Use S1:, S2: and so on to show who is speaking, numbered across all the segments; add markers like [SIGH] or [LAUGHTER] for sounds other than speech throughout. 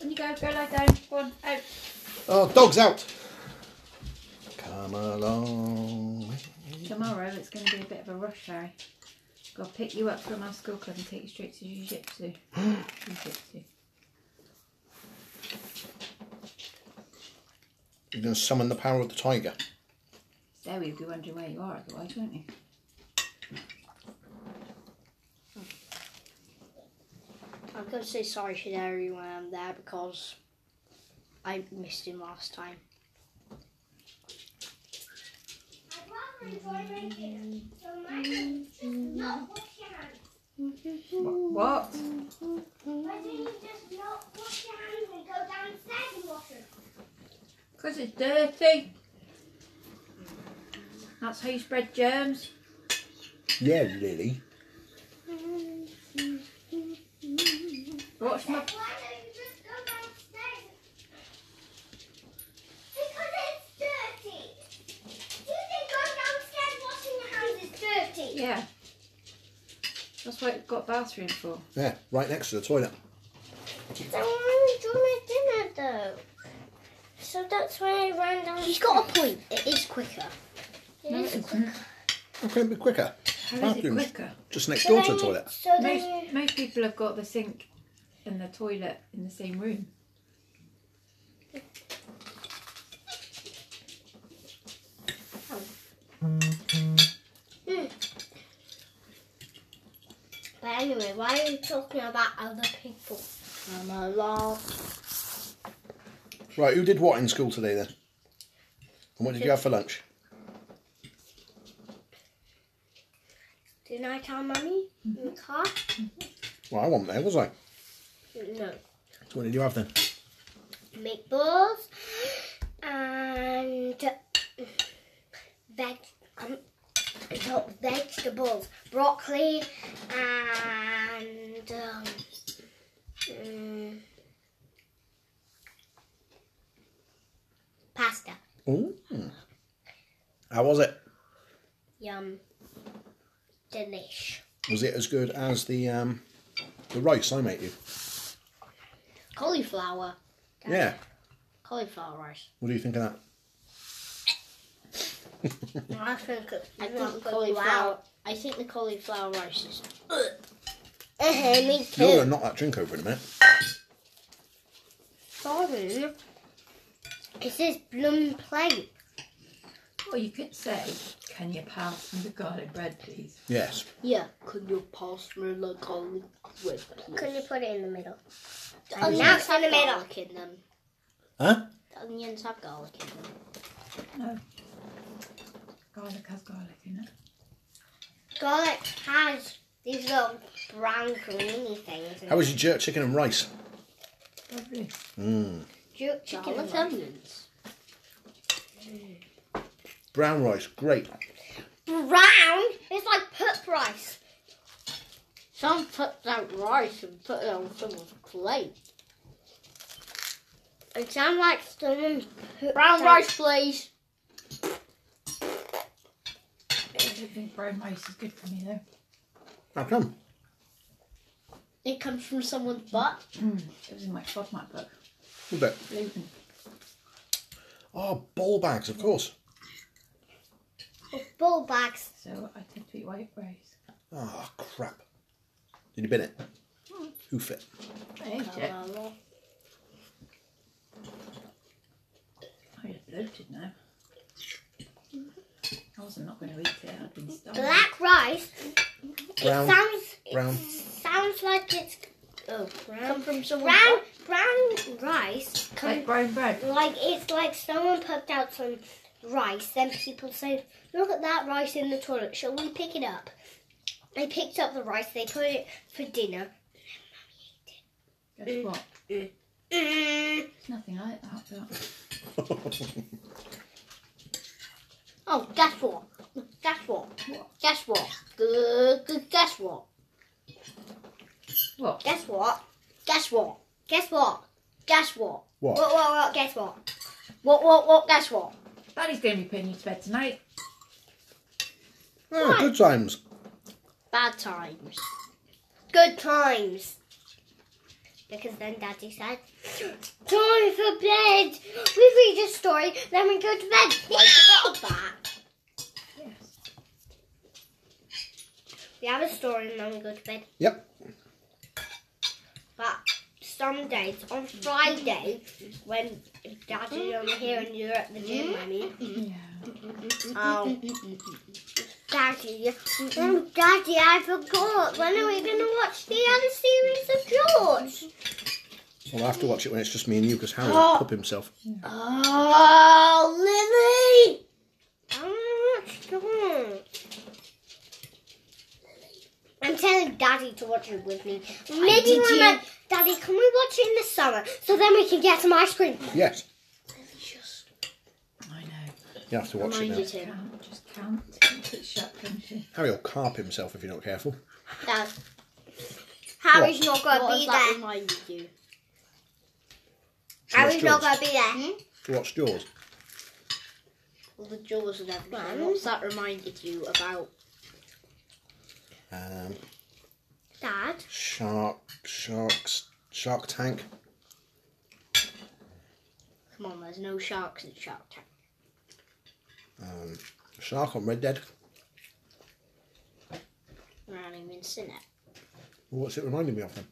S1: And you go, go like down. Go on, out.
S2: Oh, dog's out. Come along.
S1: Tomorrow it's going to be a bit of a rush, Harry. Got to pick you up from our school club and take you straight to Jiu Jitsu. Jiu Jitsu.
S2: You're going to summon the power of the tiger.
S1: There we'd be wondering where you are otherwise, wouldn't you?
S3: I'm going to say sorry to Derry when I'm there because I missed him last time.
S1: What? Because it's dirty. That's how you spread germs.
S2: Yeah, Lily.
S1: Watch my.
S4: Dirty.
S1: Yeah. That's what it's got bathroom for.
S2: Yeah, right next to the toilet.
S4: I wanted to do my dinner though. So that's why I ran down.
S3: He's got a point. It is quicker.
S4: It is
S2: How can it be quicker?
S1: How is it
S2: Bathroom.
S1: quicker?
S2: Just next
S4: So
S2: door
S4: then
S2: to the
S4: you-
S2: toilet.
S4: So then
S1: Most, most people have got the sink and the toilet in the same room.
S4: But anyway, why are you talking about other people?
S3: I'm a lot.
S2: Right, who did what in school today then? And what did you have for lunch?
S4: Didn't I tell mummy in the car?
S2: Well, I wasn't there, was I? So
S4: No.
S2: what did you have then?
S4: Meatballs and veg. Um, not vegetables, broccoli and um, mm, pasta.
S2: Ooh. How was it?
S4: Yum. Delish.
S2: Was it as good as the um, the rice I made you?
S3: Cauliflower.
S2: Yeah.
S3: Cauliflower rice.
S2: What do you think of that?
S4: I think it's
S3: I
S4: not
S3: think cauliflower.
S4: going well.
S3: I think the cauliflower rice is.
S4: Uh-huh, [LAUGHS] me
S2: You're going
S4: too.
S2: to knock that drink over in a minute.
S4: Sorry. It says Bloom Plate.
S1: Or you could say, can you pass me the garlic bread, please?
S2: Yes.
S3: Yeah. Could you pass me the garlic bread, please?
S4: Could you put it in the middle?
S3: The
S4: Oh,
S3: onions
S4: now it's
S3: have
S4: in the middle.
S3: garlic in them.
S2: Huh?
S3: The onions have garlic in them.
S1: Garlic has garlic in it.
S4: Garlic has these little brown greeny things.
S2: How was your jerk chicken and rice?
S1: Lovely.
S2: Mm.
S4: Ju-
S3: Chicken
S4: chicken
S3: with
S4: and
S3: onions.
S2: Brown rice, great.
S4: Brown is like put rice.
S3: Some put that rice and put it on someone's plate.
S4: It sounds like someone put
S3: Brown
S4: some-
S3: rice, please.
S1: I don't think brown rice is good for me, though.
S2: How come?
S3: It comes from someone's butt.
S1: It was in my FODMAP book.
S2: Who's that?
S1: Gluten.
S2: Oh, ball bags, of course.
S4: with ball bags.
S1: So I tend to eat white rice.
S2: Ah, crap. Did you bin it? Hoof it.
S1: I ate it.
S3: Hello.
S1: I just bloated now. I wasn't not going to eat it. I'd been starving.
S4: Black rice.
S2: Brown.
S4: It sounds. It
S2: brown. [LAUGHS]
S4: Sounds like it's. Oh,
S3: Come
S4: brown.
S3: from someone's
S4: Brown,
S3: butt.
S4: brown rice comes
S1: Like brown bread.
S4: Like it's like someone picked out some rice, then people say, "Look at that rice in the toilet. Shall we pick it up?" They picked up the rice. They put it for dinner.
S1: Guess what?
S4: Mm.
S1: It's nothing like that. But
S3: Oh, guess what? Guess what?
S1: What?
S3: Guess what? Good, good. Guess what?
S1: what?
S4: Guess what?
S3: Guess what?
S4: Guess what?
S3: Guess what?
S2: What? Ah,
S4: What? What? What? Guess what?
S3: What? What? What? Guess what?
S1: Daddy's going to be putting you to bed tonight.
S2: Ah, good times.
S3: Bad times.
S4: good times. Because then Daddy said, Time for bed! We read a story, then we go to bed. Why forgot that?
S1: Yes.
S4: We have a story and then we go to bed.
S2: Yep.
S4: But some days, on Friday, when Daddy's over here and you're at the gym, I mean,
S1: Yeah.
S4: Oh. Daddy, oh, Daddy, I forgot. When are we going to watch the other series of George?
S2: Well, I have to watch it when it's just me and you because Harry
S4: Oh.
S2: will pub himself.
S4: Oh, Lily! I want to watch George. Mm-hmm. I'm telling Daddy to watch it with me. Maybe
S3: did
S4: when
S3: you-
S4: I- Daddy, can we watch it in the summer so then we can get some ice cream?
S2: Yes,
S1: I know.
S2: you have to watch it now.
S3: Reminded him.
S1: Can't, just can't. It's shut, can she?
S2: Harry will carp himself if you're not careful.
S4: No. Harry's not
S3: What
S4: going to
S3: has
S4: be
S3: that
S4: there.
S3: reminded you?
S2: Should we watch
S4: Harry's
S2: Jaws?
S4: not going to be there.
S2: Should we watch Jaws.
S3: All the jaws and everything.
S4: Well.
S3: What's that reminded you about?
S2: Um,
S4: Dad?
S2: shark, sharks, Shark Tank.
S3: Come on, there's no sharks in Shark Tank.
S2: Um, shark on Red Dead.
S3: I haven't even seen it.
S2: What's it reminding me of then?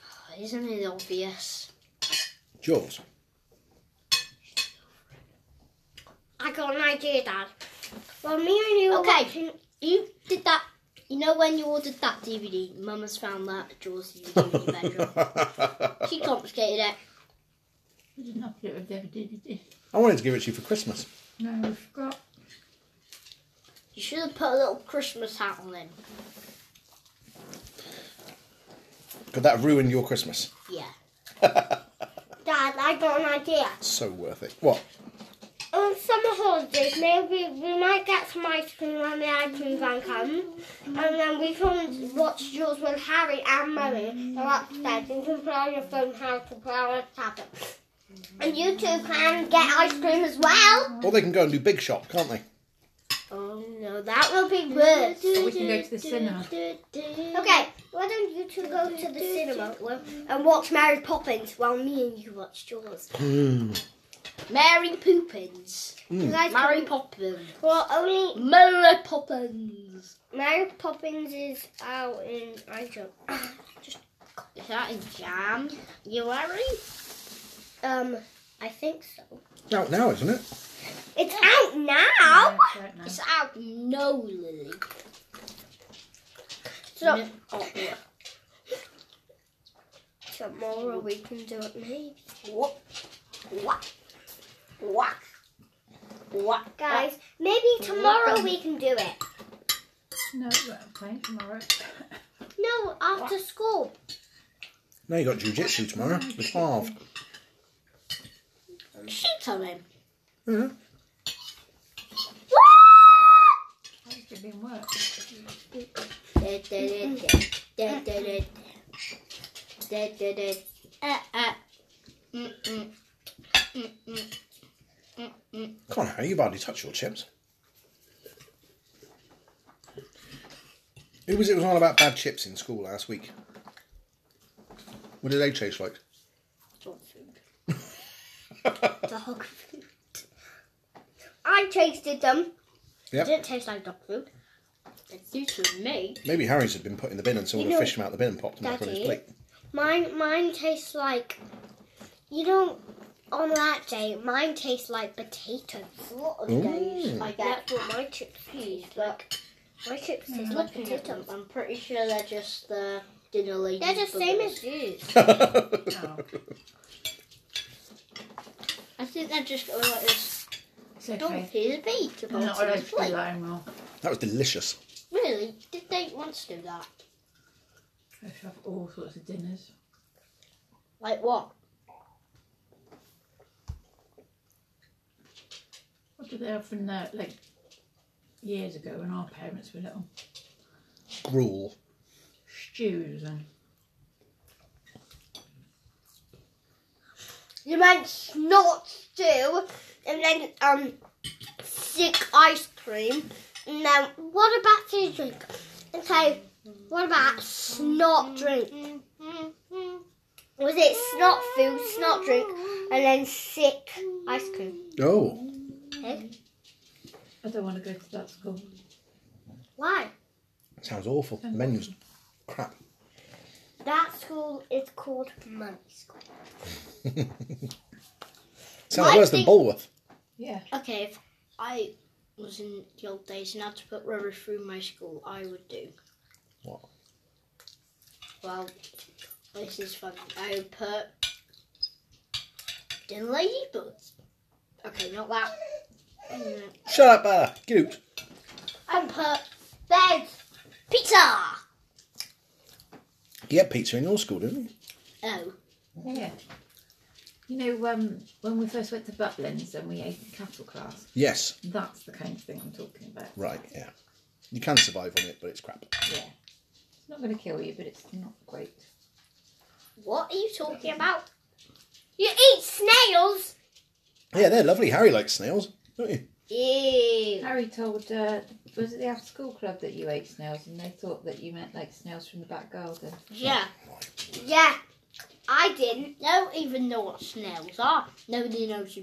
S3: Oh, isn't it obvious?
S2: Jaws.
S4: I got an idea, Dad. Well, me and you.
S3: Okay.
S4: Are watching...
S3: You did that. You know when you ordered that DVD, Mum has found that Jaws DVD in the bedroom.
S2: [LAUGHS] I
S3: She confiscated it.
S1: We didn't have to do it with Debbie, did we?
S2: wanted to give it to you for Christmas.
S1: No, we forgot.
S3: You should have put a little Christmas hat on him.
S2: Could that have ruined your Christmas?
S3: Yeah.
S4: Dad, I got an idea.
S2: So worth it. What?
S4: On summer holidays, maybe we might get some ice cream when the ice cream van comes, and then we can watch Jules with Harry and Mummy. They're upstairs, and you can play on your phone, Harry can play on a tablet, and you two can get ice cream as well.
S2: Or they can go and do Big Shot, can't they?
S4: Oh no, that will be worse.
S1: we can go to the cinema.
S4: Okay, why don't you two go to the cinema and watch Mary Poppins while me and you watch Jaws?
S3: Mary Poppins.
S4: You guys can-
S3: Mary Poppins.
S4: Well, only
S3: Mary Poppins.
S4: Mary Poppins is out in Iceland.
S3: Is that in jam? You worry?
S4: Um, I think so.
S2: Out now, isn't it?
S4: It's out now.
S1: No, don't know.
S3: It's out. No, Lily.
S4: So
S3: No. Oh, yeah.
S4: tomorrow we can do it, maybe.
S3: What? What? What? What?
S4: Guys, maybe tomorrow we can do it.
S1: No, we're playing tomorrow.
S4: No, after school.
S2: Now you got Jiu Jitsu tomorrow with Harv.
S3: Shoot on him.
S2: Yeah.
S1: That should be in work.
S3: Mm-hmm.
S4: Uh,
S2: Come on, Harry, you've hardly touched your chips. Who was it was all about bad chips in school last week? What did they taste like?
S3: Dog food.
S4: I tasted them.
S2: Yep.
S4: Didn't taste like dog food.
S3: It's due to me.
S2: Maybe Harry's had been put in the bin and someone
S4: You
S2: had
S4: know,
S2: fished him out the bin and popped him back on his
S4: Daddy,
S2: plate. [LAUGHS]
S4: Mine, mine tastes like. You know, on that day, mine tastes like potatoes.
S3: A lot of
S2: Ooh.
S3: days I get
S4: That's what my chips taste Mm-hmm. like. My chips taste like
S3: looking at them.
S4: potatoes.
S3: I'm pretty sure they're just the dinner lady.
S4: They're just same as you.
S1: Oh,
S3: I think they're just going like this.
S1: it's okay.
S3: Don't feel the beat to
S1: I'm
S3: bounce
S1: not
S3: on
S1: allowed
S3: the
S1: to do
S3: plate.
S1: that anymore.
S2: that was delicious.
S3: Really? Did they want to do that?
S1: I have all sorts of dinners.
S3: Like what?
S1: What did they have from the, like years ago when our parents were little?
S2: Gruel.
S1: Stews and
S4: You meant snot stew, and then um, sick ice cream, and then what about fizzy drink? Okay, what about snot drink? Was it snot food, snot drink, and then sick ice cream?
S2: Oh,
S1: I don't want to go to that school.
S4: Why?
S2: sounds awful. The menu's crap.
S4: That school is called Money School.
S2: Sounds
S3: I
S2: worse than
S3: think-
S2: Bulworth.
S1: Yeah.
S3: Okay, if I was in the old days and had to put rubbish through my school, I would do.
S2: What?
S3: Well, this is fun. I would put in ladybugs. Okay, not that. Mm,
S2: Shut up, uh, Bella. Get out.
S3: I'd put
S4: Bed.
S3: pizza.
S2: You had pizza in your school, didn't you?
S3: Oh,
S1: Yeah. You know, um, when we first went to Butlins and we ate in cattle class,
S2: Yes.
S1: that's the kind of thing I'm talking about.
S2: Right, yeah. You can survive on it, but it's crap.
S1: Yeah. It's not going to kill you, but it's not great.
S3: what are you talking about?
S4: You eat snails?
S2: Yeah, they're lovely. Harry likes snails, don't you?
S3: Ew.
S1: Harry told, uh, was it the after school club that you ate snails and they thought that you meant like snails from the back garden?
S3: Yeah.
S4: Yeah, I didn't.
S3: No, even know what snails are. Nobody knows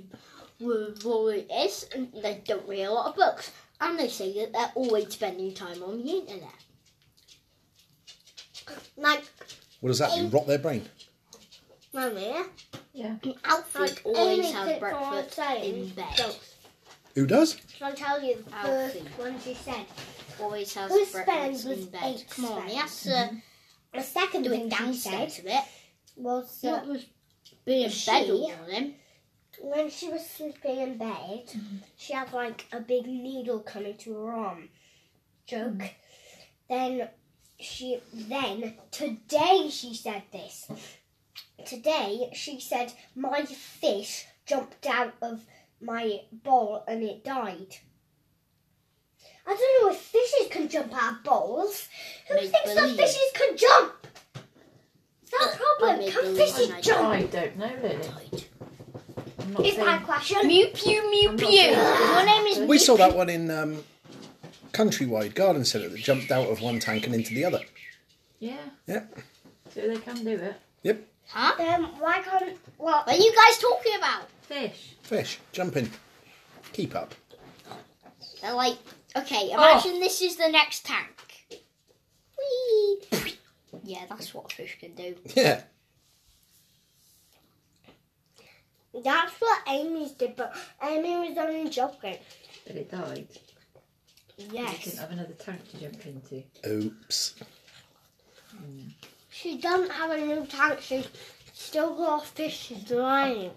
S3: wh- what it is, and they don't read a lot of books. And they say that they're always spending time on the internet.
S4: Like,
S2: What does that do? Rot their brain.
S4: Mummy,
S1: Yeah.
S3: Alfred
S4: Like
S3: always
S4: anything
S3: has breakfast
S4: from outside.
S3: in bed.
S2: Who does?
S4: shall I tell you the
S3: Alfie.
S4: first one she said?
S3: Always has
S4: Who
S3: breakfast
S4: spends
S3: in
S4: with
S3: bed.
S4: eight Mm-hmm.
S3: Come on, he has to
S4: The second
S3: do it
S4: one she
S3: downstairs
S4: said
S3: a bit.
S4: was
S3: Not
S4: that
S3: with being in
S4: She-
S3: bed all morning.
S4: when she was sleeping in bed,
S3: Mm-hmm.
S4: she had like a big needle coming to her arm. Joke.
S3: Mm-hmm.
S4: Then she then today she said this. Today she said my fish jumped out of my bowl and it died. I don't know if fishes can jump out of bowls. Who
S3: Make
S4: thinks
S3: believe.
S4: that fishes can jump? It's not a
S3: Or
S4: problem.
S3: make
S4: Can
S3: believe
S1: Oh,
S3: Oh
S4: fishes
S3: and I
S4: jump?
S1: I don't know, really. I'm not
S4: Is
S1: saying,
S4: that a question?
S3: Mew pew mew
S1: I'm not
S3: pew.
S1: saying-
S3: Your name is
S2: We saw that one in um, Countrywide Garden Centre that jumped out of one tank and into the other.
S1: Yeah.
S2: Yeah.
S1: So they can do it.
S3: Huh?
S4: Um, why can't well?
S3: What are you guys talking about?
S1: Fish.
S2: Fish, jumping. Keep up. [LAUGHS]
S3: They're like, okay, imagine this is the next tank. Whee! [LAUGHS] Yeah, that's what a fish can do.
S2: Yeah.
S4: That's what Amy's did, but Amy was only joking.
S1: But it died. You didn't
S4: Yes,
S1: have another tank to jump into.
S2: Oops.
S4: she doesn't have a new tank. She's still got a fish. She's lying.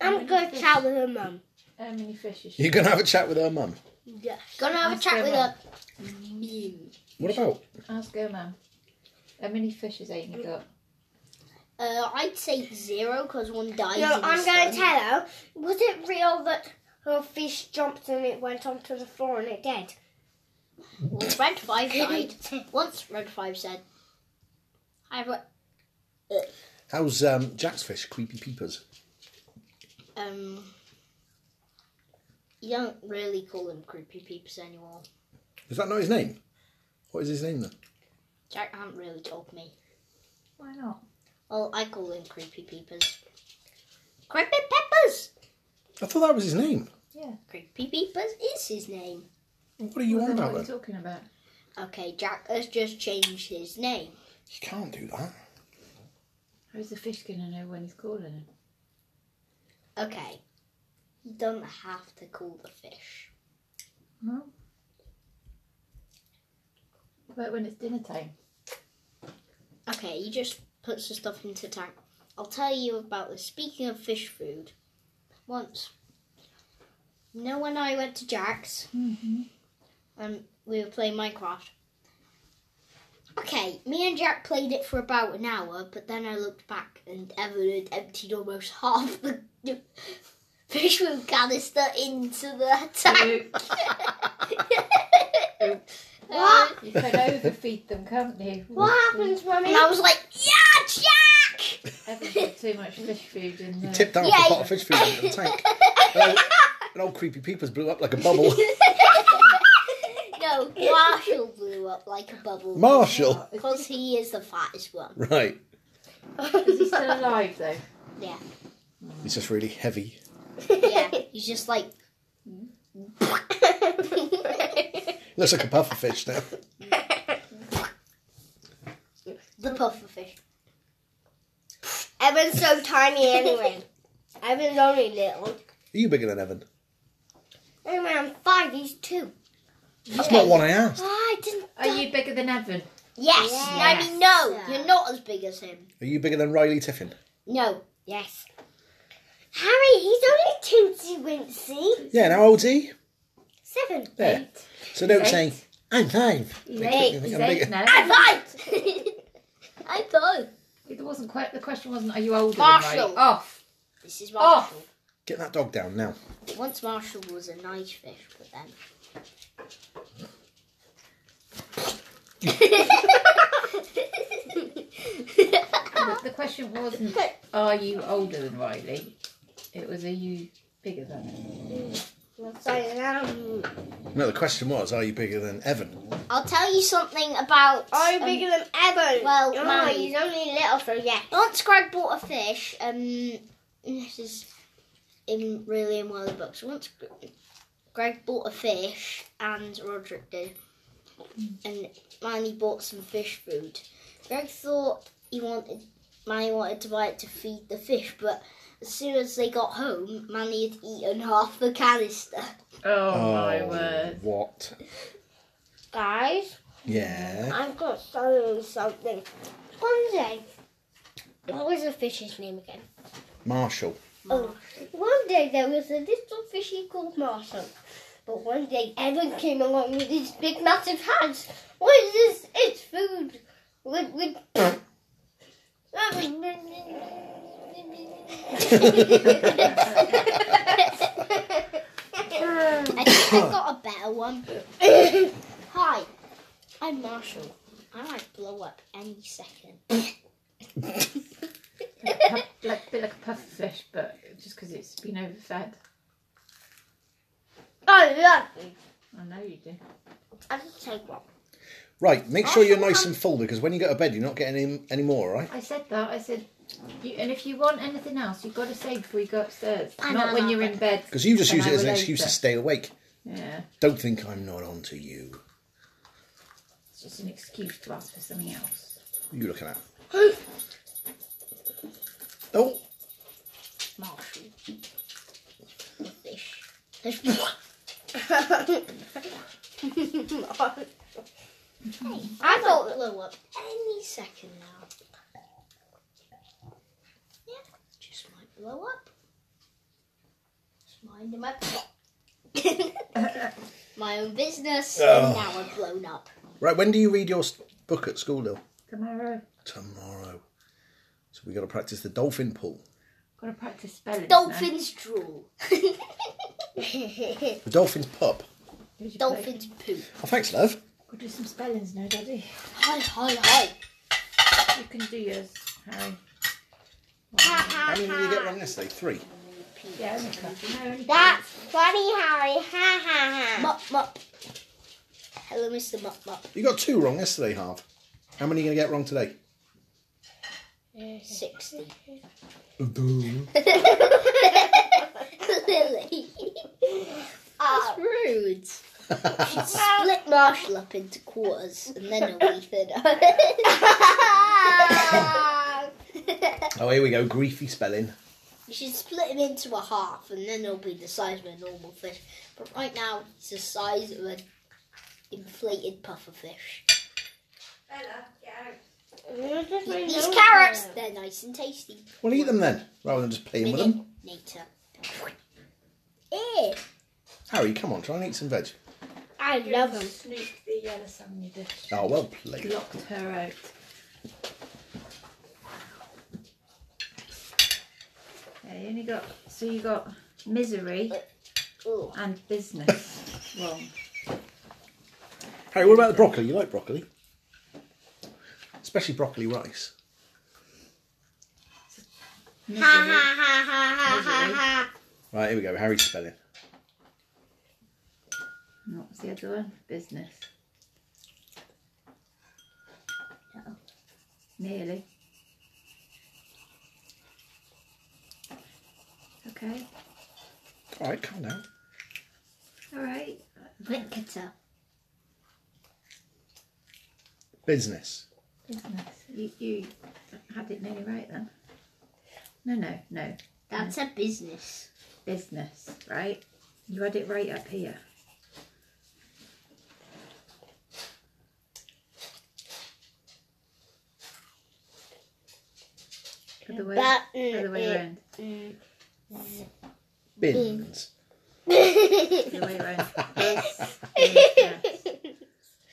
S4: I'm gonna chat with her mum.
S1: How many fish is she?
S2: You're going to have a chat with her mum.
S4: Yes.
S3: Gonna have a
S1: Ask
S3: chat
S1: her
S3: with
S1: mum.
S3: a mew.
S2: What about?
S1: Ask her, mum. How many fish is Amy got?
S3: Uh, I'd say zero because one died.
S4: No,
S3: in the
S4: I'm gonna
S3: sun.
S4: tell her. Was it real that her fish jumped and it went onto the floor and it dead?
S3: Well, Red [LAUGHS] Five died. Once Red Five said, "I re-
S2: How's um, Jack's fish, Creepy Peepers?
S3: um, you don't really call them creepy peeps anymore."
S2: Is that not his name? What is his name then?
S3: Jack hasn't really told me.
S1: Why not?
S3: Well, I call them creepy peepers. Creepy peppers.
S2: I thought that was his name.
S3: Creepy peepers is his name.
S2: What are you
S1: Well,
S2: on
S1: then
S2: about
S1: what are you
S2: then?
S1: talking about?
S3: Okay, Jack has just changed his name.
S2: You can't do that.
S1: How's the fish going to know when he's calling him?
S3: Okay, you don't have to call the fish.
S1: No. What about when it's dinner time?
S3: Okay, he just puts the stuff into tank. I'll tell you about this. Speaking of fish food, once, you know when I went to Jack's
S1: Mm-hmm.
S3: and we were playing Minecraft. Okay, me and Jack played it for about an hour, but then I looked back and Evan had emptied almost half the the [LAUGHS] fish food canister into the tank. [LAUGHS] Um,
S4: What?
S1: You can [LAUGHS] overfeed them, can't you?
S4: What happens, mummy?
S3: And I was
S4: [LAUGHS]
S3: like, yeah, Jack!
S1: Everyone's got too much fish food in
S2: You
S1: there.
S2: tipped down a
S3: Yeah.
S2: pot of fish food into the
S1: [LAUGHS]
S2: tank. An old, an old Creepy Peepers blew up like a bubble.
S3: No, No, Marshall blew up like a bubble.
S2: Marshall.
S3: Because he is the fattest one.
S2: Right.
S1: Is he still alive though?
S2: He's just really heavy.
S3: [LAUGHS]
S4: [LAUGHS]
S3: Yeah, [LAUGHS] he's just like.
S2: Looks like a pufferfish now.
S3: the pufferfish.
S4: Evan's so [LAUGHS] tiny anyway. Evan's only little.
S2: Are you bigger than Evan?
S4: Anyway, I'm five. He's two.
S2: That's not what I asked.
S4: Oh, I didn't.
S1: Are you bigger than Evan?
S4: Yes.
S3: I mean, no, you're not as big as him.
S2: Are you bigger than Riley Tiffin?
S3: No,
S4: Yes. Harry, he's only teensy wincy.
S2: Yeah, and how old's he?
S4: Seven.
S2: There. So don't
S1: He's
S2: say, I'm five.
S1: He's
S2: Think-
S1: eight.
S2: think
S1: He's
S2: I'm
S1: eight
S2: bigger.
S1: now.
S4: [LAUGHS]
S3: I know.
S1: It wasn't quite. The question wasn't. Are you older? Than
S3: Marshall.
S1: Riley? Off.
S3: This is
S1: Off.
S3: Marshall.
S2: Get that dog down now.
S3: Once Marshall was a nice fish, but then.
S4: [LAUGHS]
S3: [LAUGHS]
S1: The- The question wasn't. Are you older than Riley? It was. Are you bigger than? Him?
S4: Sorry, um,
S2: No, the question was, are you bigger than Evan?
S3: I'll tell you something about.
S4: are you
S3: um,
S4: Oh, bigger than Oh. Evan?
S3: well,
S4: no,
S3: Mary.
S4: he's only little, so yes.
S3: Once Greg bought a fish, um, this is in really in one of the books. Once Gr- Greg bought a fish, and Roderick did, and Manny bought some fish food. Greg thought he wanted Manny wanted to buy it to feed the fish, but as soon as they got home, Manny had eaten half the canister. [COUGHS]
S1: Oh, my word.
S2: What?
S4: Guys,
S2: Yeah.
S4: I've got so something. One day, what was the fish's name again?
S2: Marshall.
S4: Oh, one day there was a little fishy called Marshall. But one day Evan came along with his big massive hands. What is this? It's food. With, with...
S3: I think I got a better one. Hi, [LAUGHS] I'm Marshall. I might blow up any second.
S1: Puff, like a bit like a pufferfish, but just because it's been overfed.
S4: I love you.
S1: I know you do.
S4: Oh, I just take one.
S2: Right, make sure you're nice and full because when you go to bed, you're not getting any, any more, all right?
S1: I said that. I said, you, and if you want anything else, you've got to say before you go upstairs. Not when you're in bed.
S2: Because you just
S1: An
S2: use it as an
S1: hour
S2: excuse to
S1: later.
S2: stay awake.
S1: Yeah,
S2: Don't think I'm not on to you.
S1: it's just an excuse to ask for something else.
S2: What are you looking at? Oh,
S1: Marshall.
S3: fish. Fish. I thought blow up any second now. Yeah, just might blow up. Just minding my [LAUGHS] my own business.
S2: Oh.
S3: And now I'm blown up.
S2: right, when do you read your s- book at school, Lil?
S1: Tomorrow,
S2: Tomorrow. So we got to practice the dolphin pool.
S1: got to practice spelling.
S3: Dolphins drool. [LAUGHS]
S2: The dolphin's pup.
S3: Dolphins poop.
S2: Oh, thanks, love.
S1: We'll do some spellings now, Daddy.
S3: Hi, hi, hi.
S1: You can do yours, Harry.
S2: How many did you get wrong yesterday? Three.
S1: Yeah, only a couple. No, only
S4: That's funny, Harry. Ha ha ha.
S3: Mop, mop. Hello, Mr. Mop, mop.
S2: You got two wrong yesterday, Harv. How many are you going to get wrong today?
S3: 60.
S2: That's
S3: Lily. That's rude. Um, Split Marshall up into quarters and then a wee thing.
S2: [LAUGHS]
S3: [LAUGHS]
S4: [LAUGHS]
S2: Oh, here we go. Griefy spelling.
S3: you should split him into a half and then he'll be the size of a normal fish. But right now, he's the size of an inflated puffer fish. These carrots, they're nice and tasty.
S2: Well, eat them then, rather than just playing with them.
S3: Later. Eh.
S2: Harry, come on, try and eat some veg.
S4: I love them.
S1: Snoop the yellow sun you dish.
S2: Oh, well played.
S1: Locked her out. Okay, you only got so you got
S4: Uh,
S1: misery
S3: Oh.
S1: and business wrong.
S2: Harry, what about the broccoli? You like broccoli? Especially broccoli rice.
S4: Ha
S1: Misery.
S4: ha ha ha ha ha ha.
S2: Right, here we go. Harry's spelling.
S1: And what was the other one? Business.
S3: No.
S1: Nearly. Okay.
S2: All right, calm down.
S1: All right.
S3: Cricketer.
S2: Business.
S1: Business. You, you had it nearly right then. No, no, no.
S3: That's a business.
S1: Business, right? You had it right up here. Other way,
S4: Button.
S1: other way around.
S2: Bins.
S4: mm,
S1: Other way
S2: [LAUGHS]
S1: around.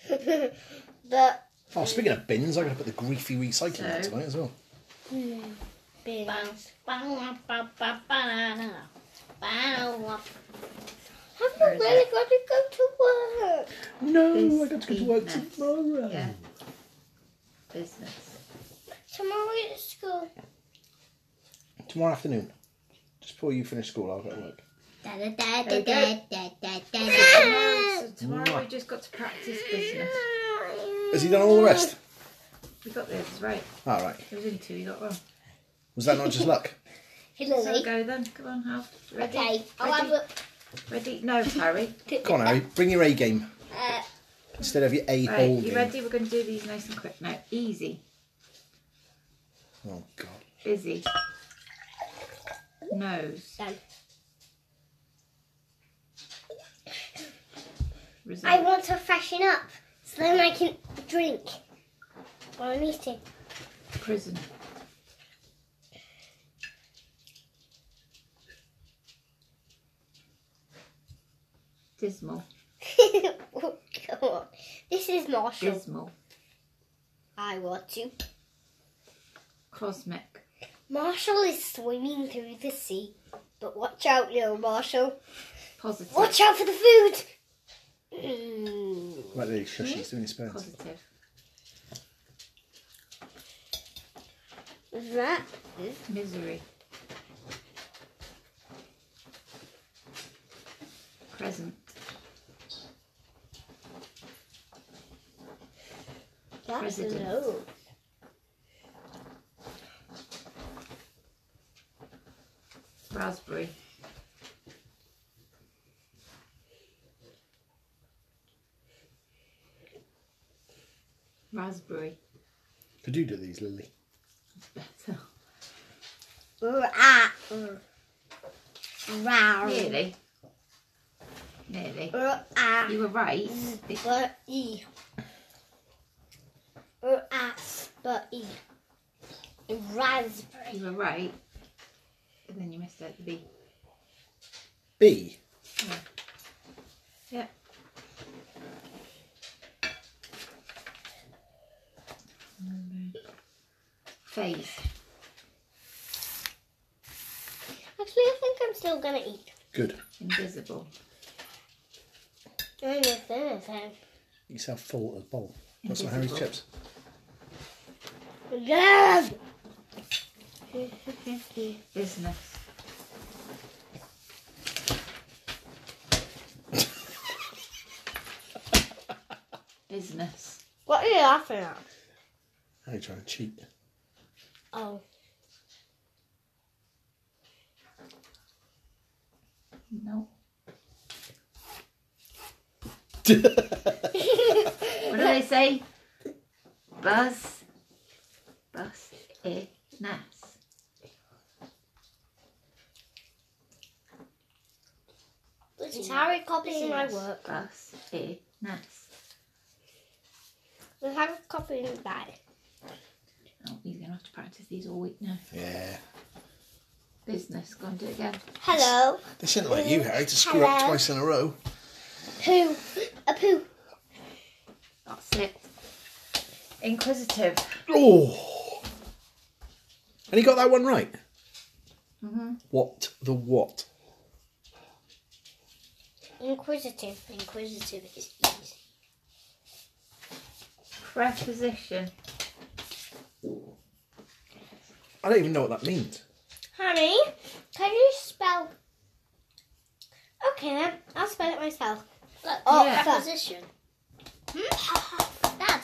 S4: mm. [LAUGHS] but
S2: Oh, speaking of bins, I'm going to put the Griefy recycling out
S1: So-
S2: tonight as well.
S4: mm,
S3: Bounce. Bow-wop-ba-ba-ba-da-da.
S4: have you really got to go to work?
S2: No,
S1: Biz-
S2: Oh, I got to go to work
S1: business.
S2: tomorrow.
S1: Yeah. Business.
S4: Tomorrow at school.
S2: Tomorrow afternoon. Just before you finish school, I'll go to work.
S4: [LAUGHS]
S3: Da-da-da-da-da-da-da-da.
S1: So tomorrow we just got to practice business.
S2: Has he done all the rest?
S1: We got the others right.
S2: All right.
S1: There was only two you got wrong.
S2: Was that not just luck?
S1: So
S3: Lily.
S1: go then. Come on, Half. Ready?
S3: Okay,
S4: Oh,
S3: I'll have a.
S1: Ready?
S2: [LAUGHS]
S1: No, Harry.
S2: Come on, Harry. Bring your A game
S3: Uh,
S2: instead of your A
S1: Right,
S2: hole game.
S1: you ready? We're going to do these nice and quick now. Easy.
S2: Oh, God.
S1: Busy. Nose.
S3: Done.
S4: I
S1: Result.
S4: want to freshen up so then I can drink while I'm eating.
S1: Prison. Dismal.
S4: [LAUGHS] oh, come on. This is martial.
S1: Dismal.
S3: I want to.
S1: Cosmic.
S4: Marshall is swimming through the sea. But watch out, little Marshall.
S1: Positive.
S4: Watch out for the food! Mm.
S2: Right there, shush, he's doing his spells.
S1: Positive.
S4: That
S1: Misery. Present.
S4: that's
S1: President.
S4: low.
S1: Raspberry. Raspberry. [LAUGHS]
S2: Could you do these, Lily?
S1: Better.
S4: Rah,
S3: Round.
S1: Nearly. Nearly.
S4: rah,
S1: You were right. It's
S4: but e. Rah, but e. Raspberry.
S1: You were right. And then you missed out the B.
S2: B.
S1: Phase.
S4: Actually, I think I'm still gonna eat.
S2: Good.
S1: Invisible.
S4: I missed anything.
S2: Get yourself full of bowl. That's not Harry's
S1: Invisible.
S2: chips.
S4: Yes!
S1: Business. Business.
S4: What are you laughing at?
S2: Harry trying to cheat. [LAUGHS]
S4: Oh.
S1: No.
S2: Buzz.
S1: What do they say? Buzz. Buzz. It. Nice.
S4: Is Harry copying my
S3: Business.
S4: work?
S1: Buzz. It. Nice.
S4: Is Harry copying that?
S1: Oh, he's going to have to practice these all week now.
S2: yeah.
S1: Business. Go and do it again.
S4: Hello.
S2: They shouldn't like you, Harry, to screw up
S4: Hello.
S2: twice in a row.
S4: Poo. A poo.
S1: That's it. Inquisitive.
S2: Oh. And he got that one right.
S1: Mm-hmm.
S2: What the what?
S4: Inquisitive.
S3: Inquisitive is easy.
S1: Preposition.
S2: I don't even know what that means.
S4: Honey, can you spell? Okay then, I'll spell it myself.
S3: Look,
S1: Oh,
S3: yeah.
S1: yeah.
S3: preposition. Hmm? Dad,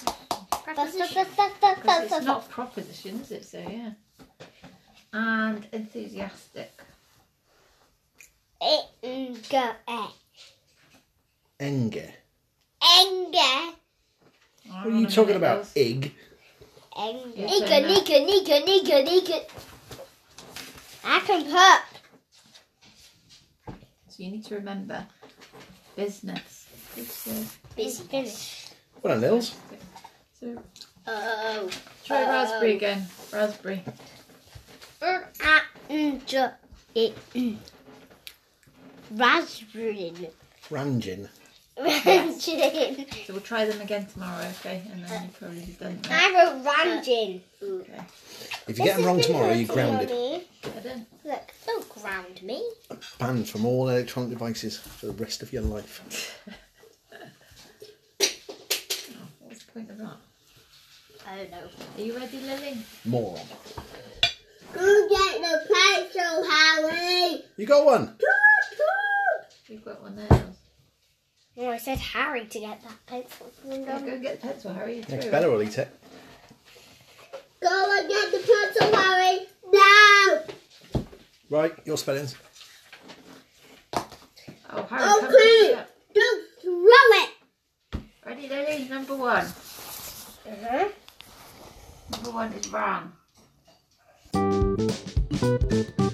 S3: preposition.
S1: Because it's
S4: Preposition.
S1: not proposition, is it? So yeah. And enthusiastic.
S4: eh,
S2: Enge.
S4: Enge.
S1: What
S2: What are you talking about? Ig.
S4: Enge.
S1: Yeah, so
S4: Nigga,
S1: no.
S4: nigga, nigga, nigga, nigga. I can put.
S1: So you need to remember business. Business.
S3: Busy.
S2: Well done, Nils.
S1: So
S3: Oh.
S1: try
S3: Oh.
S1: raspberry again. Raspberry.
S4: Raspberry.
S2: Ranjin.
S4: [LAUGHS] Ranjin.
S1: So we'll try them again tomorrow, okay? And then you probably be done. Now.
S4: I wrote ranjin.
S2: If you get them wrong tomorrow, you're grounded.
S1: I don't.
S3: Look, don't ground me.
S2: Banned from all electronic devices for the rest of your life.
S1: What was the point of that?
S3: I don't know.
S1: Are you ready, Lily?
S2: Moron.
S4: Go get the pencil, Harry.
S2: You got one.
S1: You've got one there. Nels.
S4: Oh, I said Harry to get that pencil.
S1: Go, go and get the pencil, Harry. You're
S2: Next
S1: through.
S2: Bella will eat it.
S4: Go and get the pencil, Harry. Now.
S2: Right, your spellings.
S1: Oh, Harry,
S4: Oh,
S1: come
S4: great.
S1: pick it up.
S4: Don't throw it.
S1: Ready, Lily? Number one.
S4: Uh-huh.
S1: Number one is wrong.